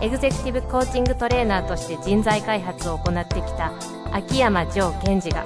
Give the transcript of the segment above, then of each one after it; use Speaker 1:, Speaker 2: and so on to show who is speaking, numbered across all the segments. Speaker 1: エグゼクティブコーチングトレーナーとして人材開発を行ってきた秋山城賢治が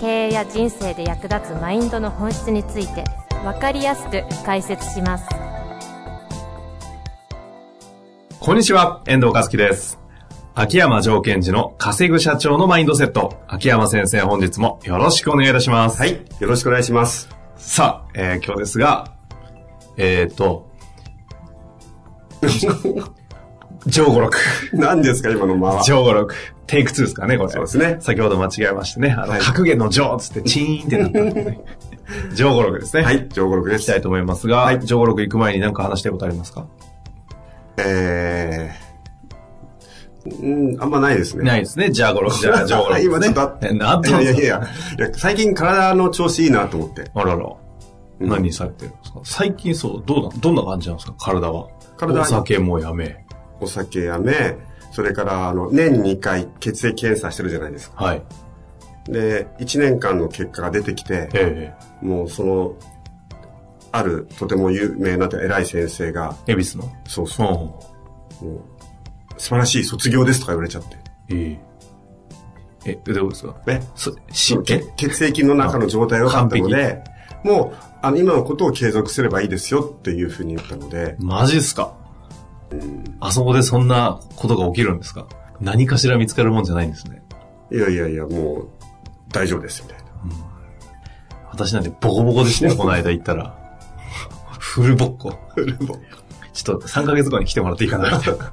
Speaker 1: 経営や人生で役立つマインドの本質について分かりやすく解説します
Speaker 2: こんにちは、遠藤和樹です。秋山条件時の稼ぐ社長のマインドセット。秋山先生、本日もよろしくお願いいたします。
Speaker 3: は。い。よろしくお願いします。
Speaker 2: さあ、えー今日ですが、えっ、ー、と、 上五六。
Speaker 3: 何ですか、今の間は。
Speaker 2: 上五六。テイク2ですかね、これ。
Speaker 3: そうですね
Speaker 2: 先ほど間違えましてね。あの、
Speaker 3: はい
Speaker 2: 格言の上っつってチーンってなったん でね。上五六ですね。
Speaker 3: はい。上五六で
Speaker 2: いき
Speaker 3: す
Speaker 2: た。いと思いますが、
Speaker 3: はい
Speaker 2: 上五六行く前に何か話したいことありますか
Speaker 3: えー、うん、あんまないですね。
Speaker 2: ないですね。じゃあ五六。じゃあ上五六。
Speaker 3: 今ちょっとあっ
Speaker 2: え なん
Speaker 3: い
Speaker 2: と
Speaker 3: やいやいや、いや最近体の調子いいなと思って。
Speaker 2: あらら。何されてるんですか最近そう、どうな、どんな感じなんですか体は。
Speaker 3: 体は
Speaker 2: お酒もやめ。
Speaker 3: お酒やめ、それから、あの、年に2回血液検査してるじゃないですか。
Speaker 2: はい。
Speaker 3: で、1年間の結果が出てきて、
Speaker 2: え
Speaker 3: もうその、ある、とても有名な偉い先生が、
Speaker 2: え恵比寿の。
Speaker 3: そうそう、
Speaker 2: う
Speaker 3: もう素晴らしい卒業ですとか言われちゃって。
Speaker 2: ん。ええ。え、どうですか
Speaker 3: ね。
Speaker 2: そ、し、え
Speaker 3: 血血液の中の状態が良かったので、もう、あの、今のことを継続すればいいですよっていうふうに言ったので、
Speaker 2: マジっすかあそこでそんなことが起きるんですか何かしら見つかるもんじゃないんですね。
Speaker 3: いやいやいや、もう、大丈夫です、みたいな。
Speaker 2: 私なんてボコボコでしたよ、この間行ったら。 フルボッコ。 ちょっと3ヶ月後に来てもらっていいか な、みたいな。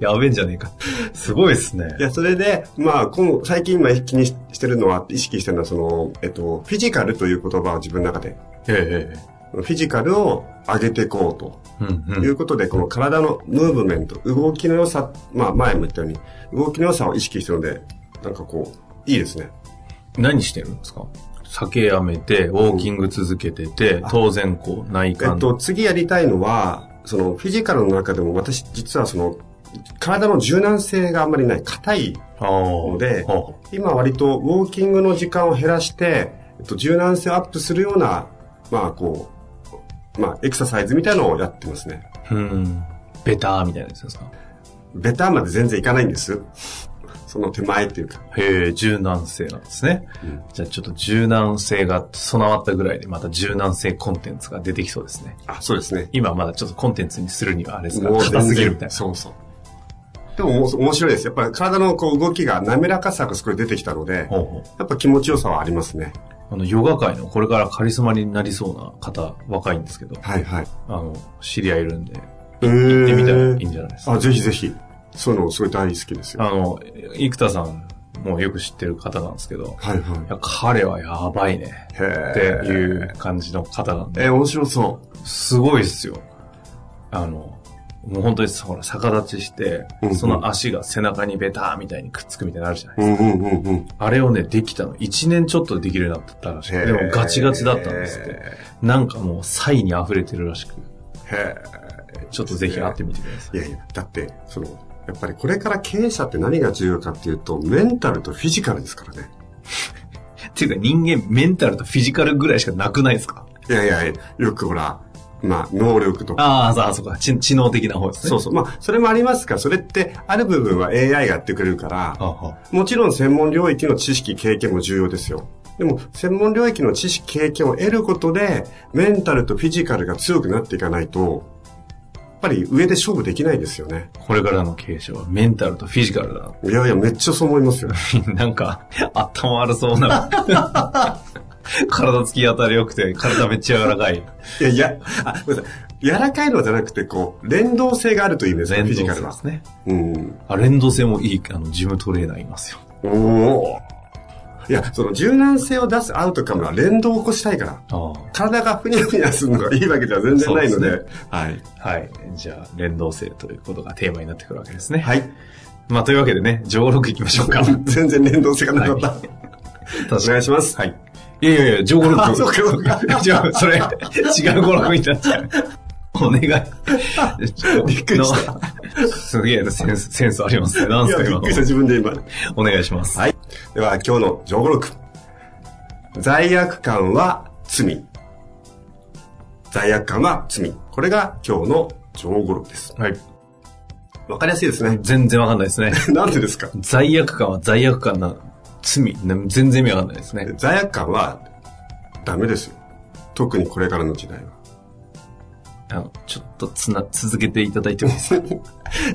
Speaker 2: やべえんじゃねえか。すごいっすね。
Speaker 3: いや、それで、まあ、今最近今気にししてるのは、意識してるのは、その、えっと、フィジカルという言葉を自分の中で、
Speaker 2: えええ
Speaker 3: フィジカルを上げていこうと。
Speaker 2: え。うんうん
Speaker 3: いうことで、この体のムーブメント、動きの良さ、まあ、前も言ったように、動きの良さを意識してるので、なんかこう、いいですね。
Speaker 2: 何してるんですか酒やめて、ウォーキング続けてて、当然こう、内
Speaker 3: え
Speaker 2: 観。
Speaker 3: っと、次やりたいのは、そのフィジカルの中でも私実はその体の柔軟性があんまりない、硬い
Speaker 2: あー、
Speaker 3: ので
Speaker 2: あー、
Speaker 3: 今割とウォーキングの時間を減らして、えっと、柔軟性をアップするような、まあこう、まあエクササイズみたいのをやってますね。
Speaker 2: うん。ベターみたいなやつですか
Speaker 3: ベターまで全然いかないんです。その手前っていうか。
Speaker 2: へえ、柔軟性なんですね。じゃあちょっと柔軟性が備わったぐらいで、また柔軟性コンテンツが出てきそうですね。
Speaker 3: あ、そうですね。
Speaker 2: 今まだちょっとコンテンツにするにはあれですか
Speaker 3: もう
Speaker 2: 硬すぎるみたいな。
Speaker 3: そうそう。でももう面白いです。やっぱり体のこう動きが滑らかさがすごい出てきたので、
Speaker 2: ほうほう
Speaker 3: やっぱ気持ちよさはありますね。
Speaker 2: あの、ヨガ界のこれからカリスマになりそうな方、若いんですけど、
Speaker 3: はいはい。
Speaker 2: あの、知り合いいるんで、
Speaker 3: えー
Speaker 2: 行ってみたらいいんじゃないですか
Speaker 3: あ、ぜひぜひ。そういうのすごい大好きですよ。
Speaker 2: あの、生田さんもよく知ってる方なんですけど、
Speaker 3: はいはい
Speaker 2: や彼はやばいね。
Speaker 3: い。へ
Speaker 2: っていう感じの方なんで、
Speaker 3: えー、面白そ
Speaker 2: すごいっすよ。あの、もう本当にさほら逆立ちして
Speaker 3: うんう、ん。
Speaker 2: その足が背中にベターみたいにくっつくみたいになのあるじゃないう
Speaker 3: うんうんうんうん。
Speaker 2: あれをね、できたの。1年ちょっとでできるようになったらしくて、でもガチガチだったんですって。なんかもう、才に溢れてるらしく。
Speaker 3: へ
Speaker 2: ちょっとぜひ会ってみてくださ
Speaker 3: え。いやいや、だって、その、やっぱりこれから経営者って何が重要かっていうと、メンタルとフィジカルですからね。
Speaker 2: い。っていうか人間、メンタルとフィジカルぐらいしかなくないですか
Speaker 3: いやいやいや、よくほら、まあ、能力とか。
Speaker 2: ああ、そうあそうか。知知能的な方ですね。
Speaker 3: そうそう。まあ、それもありますが、それって、ある部分は AI がやってくれるから、
Speaker 2: あは
Speaker 3: もちろん専門領域の知識、経験も重要ですよ。でも、専門領域の知識、経験を得ることで、メンタルとフィジカルが強くなっていかないと、やっぱり上で勝負できないですよね。
Speaker 2: これからの経営者はメンタルとフィジカルだ
Speaker 3: いやいや、めっちゃそう思いますよ。
Speaker 2: な。 なんか、頭悪そうな。 体つき当たり良くて、体めっちゃ柔らかい。
Speaker 3: いやいや、あ、ごめんなさい。柔らかいのじゃなくて、こう、連動性があるという意味ですね、フィジカル
Speaker 2: で
Speaker 3: は
Speaker 2: す。ね。
Speaker 3: うん。
Speaker 2: あ、連動性もいい、あの、ジムトレーナーいますよ。
Speaker 3: おお。いや、その柔軟性を出すアウトカムは連動を起こしたいから。
Speaker 2: ああ。
Speaker 3: 体がふにゃふにゃするのがいいわけでは全然ないの
Speaker 2: そう
Speaker 3: で。
Speaker 2: で
Speaker 3: はい。
Speaker 2: はい。じゃあ、連動性ということがテーマになってくるわけですね。
Speaker 3: はい。
Speaker 2: まあ、というわけでね、上六行きましょうか。
Speaker 3: 全然連動性がなかった。お願いします。
Speaker 2: はい。いやいやいや、上五
Speaker 3: あ
Speaker 2: 六。
Speaker 3: そうかそうか
Speaker 2: じゃあ、それ、違う五六になっちゃう。お願い。ちょっと
Speaker 3: びっくりした
Speaker 2: なすげえセンス、センスありますね。なんす
Speaker 3: いや、
Speaker 2: か、
Speaker 3: びっ
Speaker 2: 今の
Speaker 3: くりした、自分で今。
Speaker 2: お願いします。
Speaker 3: はい。では、今日の上語録。罪悪感は罪。罪悪感は罪。これが今日の上語録です。
Speaker 2: はい。
Speaker 3: わかりやすいですね。
Speaker 2: 全然わかんないですね。
Speaker 3: なんでですか
Speaker 2: 罪悪感は罪悪感な、罪。な全然意味わかんないですね。
Speaker 3: 罪悪感はダメですよ。特にこれからの時代は。
Speaker 2: あの、ちょっとつな、続けていただいてもいいで すか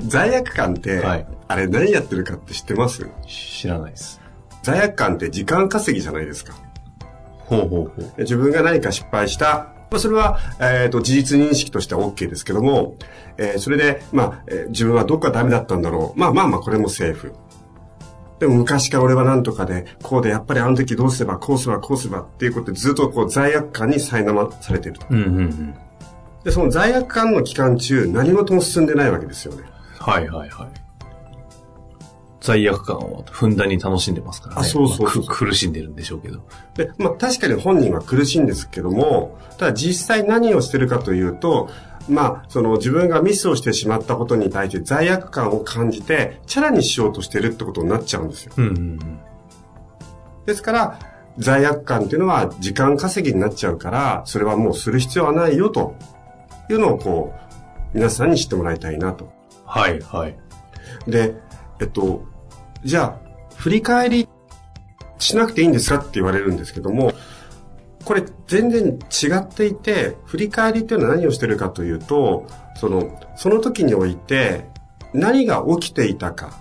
Speaker 3: 罪悪感って、
Speaker 2: はい
Speaker 3: あれ何やってるかって知ってます
Speaker 2: 知らないです。
Speaker 3: 罪悪感って時間稼ぎじゃないですか。
Speaker 2: ほうほうほう。
Speaker 3: 自分が何か失敗した。まあそれは、えっ、と、事実認識としては OK ですけども、えーそれで、まあ、えー自分はどこがダメだったんだろう。まあまあまあ、これもセーフ。でも昔から俺は何とかで、こうで、やっぱりあの時どうすれば、こうすれば、こうすればっていうことでずっとこう罪悪感に苛まされていると。
Speaker 2: うんうんうん。
Speaker 3: で、その罪悪感の期間中、何事も進んでないわけですよね。
Speaker 2: はいはいはい。罪悪感をふんだんに楽しんでますからね。
Speaker 3: あそうそうそう
Speaker 2: まあく苦しんでるんでしょうけど。
Speaker 3: で、まあ確かに本人は苦しいんですけども、ただ実際何をしてるかというと、まあ、その自分がミスをしてしまったことに対して罪悪感を感じて、チャラにしようとしてるってことになっちゃうんですよ。
Speaker 2: うんうんうん。
Speaker 3: ですから、罪悪感っていうのは時間稼ぎになっちゃうから、それはもうする必要はないよというのをこう、皆さんに知ってもらいたいなと。
Speaker 2: はいはい。
Speaker 3: で、えっと、じゃあ、振り返りしなくていいんですかって言われるんですけども、これ全然違っていて、振り返りっていうのは何をしてるかというと、その、その時において、何が起きていたか、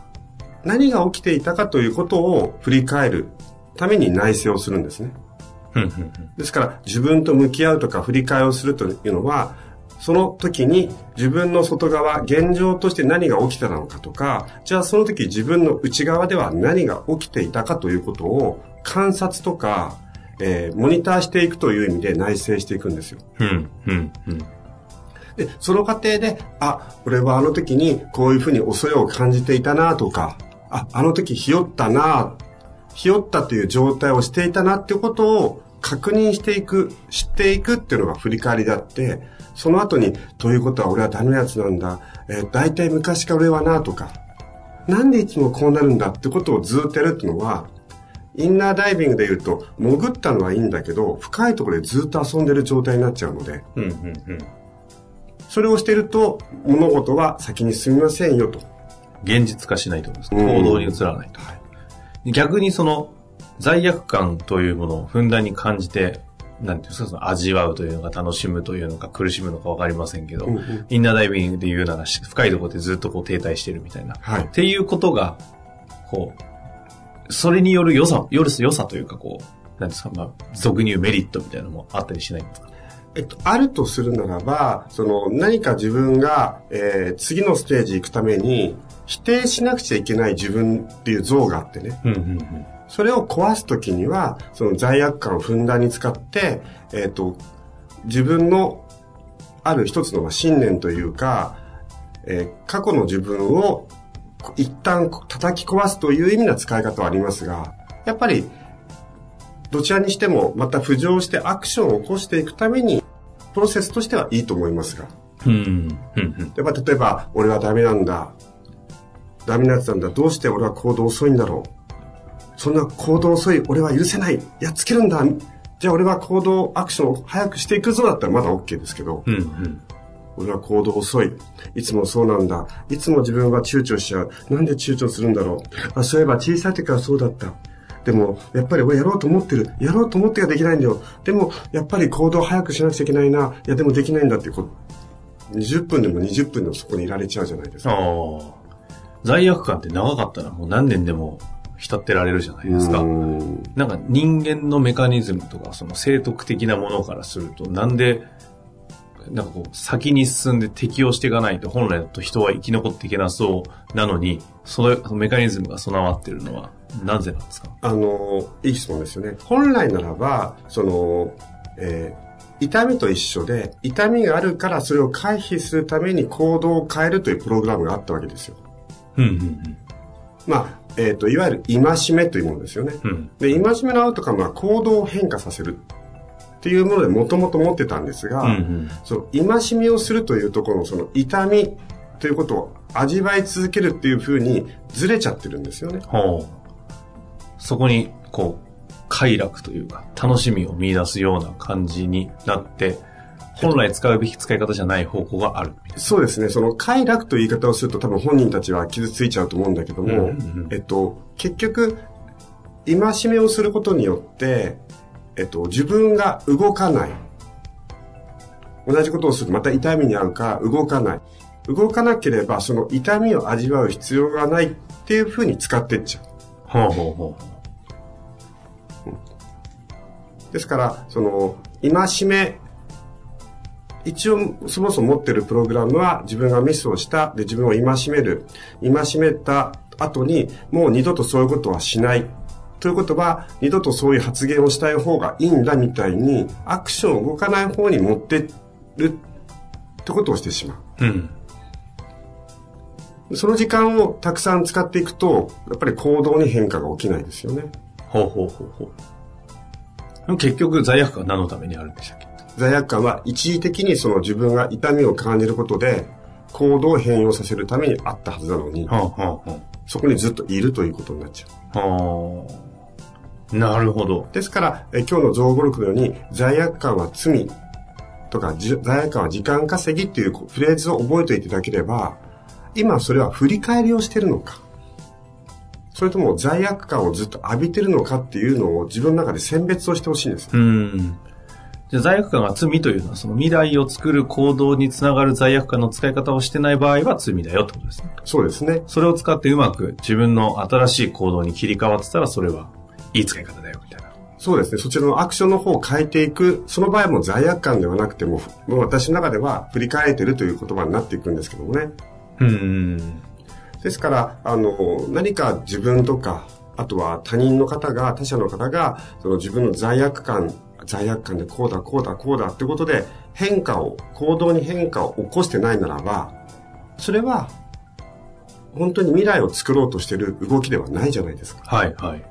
Speaker 3: 何が起きていたかということを振り返るために内省をするんですね。
Speaker 2: うんうんうん。
Speaker 3: ですから自分と向き合うとか振り返りをするというのはその時に自分の外側現状として何が起きたのかとかじゃあその時自分の内側では何が起きていたかということを観察とか、えーモニターしていくという意味で内省していくんですよ。
Speaker 2: うんうんうん。
Speaker 3: でその過程であ俺はあの時にこういうふうに恐れを感じていたなとかああの時ひよったなひよったという状態をしていたなってことを確認していく知っていくっていうのが振り返りであってその後にということは俺はダメなやつなんだ、えー、大体昔から俺はなとかなんでいつもこうなるんだってことをずっとやるっていうのはインナーダイビングで言うと潜ったのはいいんだけど深いところでずっと遊んでる状態になっちゃうので
Speaker 2: うんうんうん。
Speaker 3: それをしてると物事は先に進みませんよと。
Speaker 2: 現実化しないと思います。
Speaker 3: うん
Speaker 2: 行動に移らないと。逆にその罪悪感というものをふんだんに感じて、なんていうんですか、その味わうというのか楽しむというのか苦しむのかわかりませんけど、
Speaker 3: うんうん
Speaker 2: インナーダイビングで言うならし深いところでずっとこう停滞してるみたいな。
Speaker 3: はい
Speaker 2: っていうことが、こう、それによる良さ、よる良さというかこう、なんていうんですか、まあ、俗に言うメリットみたいなのもあったりしないんですか
Speaker 3: えっと、あるとするならば、その何か自分が、えー次のステージ行くために否定しなくちゃいけない自分っていう像があってね。
Speaker 2: うんうんうん。
Speaker 3: それを壊すときには、その罪悪感をふんだんに使って、えっ、と、自分のある一つの信念というか、えー過去の自分をこ一旦叩き壊すという意味な使い方はありますが、やっぱり、どちらにしてもまた浮上してアクションを起こしていくために、プロセスとしてはいいと思いますが。
Speaker 2: うんうんうん。
Speaker 3: でまあ例えば、俺はダメなんだ。ダメなやつなんだ。どうして俺は行動遅いんだろう。そんな行動遅い、俺は許せない。やっつけるんだ。じゃあ俺は行動、アクションを早くしていくぞだったらまだ OK ですけど、
Speaker 2: うんうん。
Speaker 3: 俺は行動遅い。いつもそうなんだ。いつも自分は躊躇しちゃう。なんで躊躇するんだろう。あ、そういえば小さい時からそうだった。でも、やっぱり俺やろうと思ってる。やろうと思ってができないんだよ。でも、やっぱり行動早くしなくちゃいけないな。いや、でもできないんだって、こう、20分でも20分でもそこにいられちゃうじゃないですか。
Speaker 2: ああ。罪悪感って長かったらもう何年でも浸ってられるじゃないですか
Speaker 3: う。ん
Speaker 2: なんか人間のメカニズムとか、その生徳的なものからすると、なんで、なんかこう、先に進んで適応していかないと、本来だと人は生き残っていけなそうなのに、そのメカニズムが備わってるのは、なぜなんですか
Speaker 3: あの、いい質問ですよね。本来ならば、その、えー痛みと一緒で、痛みがあるからそれを回避するために行動を変えるというプログラムがあったわけですよ。
Speaker 2: うんうん
Speaker 3: まあ、えっ、と、いわゆる戒めというものですよね。
Speaker 2: うん。
Speaker 3: で、戒めのアウトカムは行動を変化させるっていうものでもともと持ってたんですが、
Speaker 2: うんうん。
Speaker 3: その戒めをするというところのその痛みということを味わい続けるっていうふうにずれちゃってるんですよね。
Speaker 2: ほう。そこに、こう、快楽というか、楽しみを見出すような感じになって、本来使うべき使い方じゃない方向がある。
Speaker 3: そうですね。その快楽という言い方をすると多分本人たちは傷ついちゃうと思うんだけど
Speaker 2: う
Speaker 3: も、
Speaker 2: んうんうん
Speaker 3: えっと、結局、戒めをすることによって、えっと、自分が動かない。同じことをするとまた痛みに遭うから動かない。動かなければその痛みを味わう必要がないっていうふうに使ってっちゃう。
Speaker 2: ほうほうほ
Speaker 3: ですから、その、戒め、一応、そもそも持ってるプログラムは、自分がミスをした、で、自分を戒める。戒めた後に、もう二度とそういうことはしない。ということは、二度とそういう発言をしたい方がいいんだ、みたいに、アクションを動かない方に持ってるってことをしてしまう。
Speaker 2: う。うん。
Speaker 3: その時間をたくさん使っていくと、やっぱり行動に変化が起きないですよね。
Speaker 2: ほうほうほうほう。でも結局、罪悪感は何のためにあるんでしたっけ
Speaker 3: 罪悪感は一時的にその自分が痛みを感じることで行動を変容させるためにあったはずなのに、
Speaker 2: ほうほうほう。
Speaker 3: そこにずっといるということになっちゃう。
Speaker 2: ああ、なるほど。
Speaker 3: ですから、え今日の造語録のように罪悪感は罪とかじ罪悪感は時間稼ぎっていうフレーズを覚えておいていただければ、今それは振り返りをしてるのか、それとも罪悪感をずっと浴びてるのかっていうのを自分の中で選別をしてほしいんです。
Speaker 2: うん。じゃあ罪悪感が罪というのは、その未来を作る行動につながる罪悪感の使い方をしてない場合は罪だよってことですね。
Speaker 3: そうですね。
Speaker 2: それを使ってうまく自分の新しい行動に切り替わってたら、それはいい使い方だよ、みたいな。
Speaker 3: そうですね。そちらのアクションの方を変えていく。その場合も罪悪感ではなくても、もう私の中では振り返れてるという言葉になっていくんですけどもね。
Speaker 2: うん。
Speaker 3: ですから、あの、何か自分とか、あとは他人の方が、他者の方が、その自分の罪悪感、罪悪感でこうだ、こうだ、こうだってことで変化を、行動に変化を起こしてないならば、それは、本当に未来を作ろうとしている動きではないじゃないですか。
Speaker 2: はい、はい。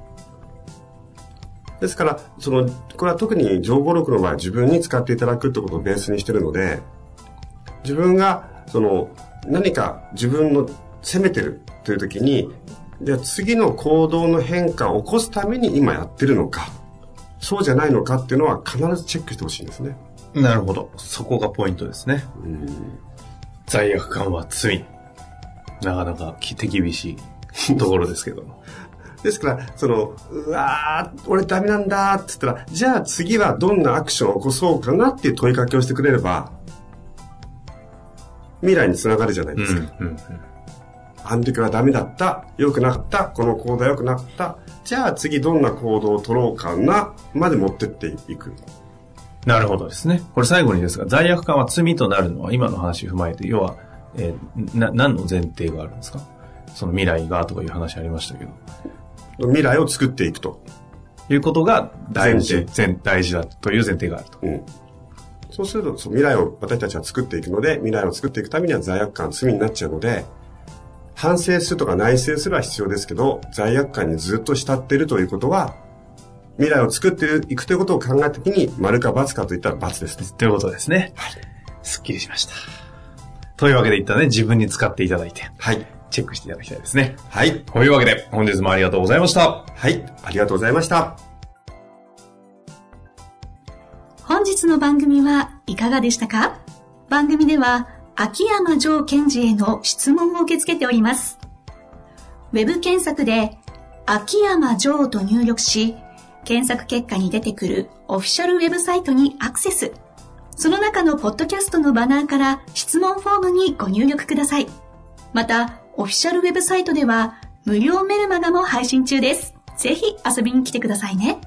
Speaker 3: ですから、その、これは特に情報録の場合は自分に使っていただくってことをベースにしてるので、自分が、その、何か自分の責めてるという時に、じゃあ次の行動の変化を起こすために今やってるのか、そうじゃないのかっていうのは必ずチェックしてほしいんですね。
Speaker 2: なるほど。そこがポイントですね。罪悪感は罪。なかなかき手厳しいところですけど。
Speaker 3: ですから、その、うわー、俺ダメなんだって言ったら、じゃあ次はどんなアクションを起こそうかなっていう問いかけをしてくれれば、未来につながるじゃないですか。
Speaker 2: うんうん
Speaker 3: あの時はダメだった、良くなかった、この行動は良くなった、じゃあ次どんな行動を取ろうかな、まで持ってっていく。
Speaker 2: なるほどですね。これ最後にですが、罪悪感は罪となるのは今の話を踏まえて、要は、えーな、何の前提があるんですかその未来がとかいう話ありましたけど。
Speaker 3: 未来を作っていくと。
Speaker 2: いうことが大事
Speaker 3: 前、
Speaker 2: 前大事だという前提があると。
Speaker 3: うん。そうすると、その未来を私たちは作っていくので、未来を作っていくためには罪悪感、罪になっちゃうので、反省するとか内省するは必要ですけど、罪悪感にずっと浸っているということは、未来を作っていくということを考えたときに、丸か×かといったら×ですね。
Speaker 2: ということですね。はい。すっきりしました。というわけで一旦ね、自分に使っていただいて、
Speaker 3: はい。
Speaker 2: チェックしていただきたいですね。
Speaker 3: はい。
Speaker 2: というわけで、本日もありがとうございました。
Speaker 3: はい。ありがとうございました。
Speaker 4: 本日の番組はいかがでしたか番組では秋山城賢治への質問を受け付けております。ウェブ検索で秋山城と入力し、検索結果に出てくるオフィシャルウェブサイトにアクセス。その中のポッドキャストのバナーから質問フォームにご入力ください。また、オフィシャルウェブサイトでは無料メルマガも配信中です。ぜひ遊びに来てくださいね。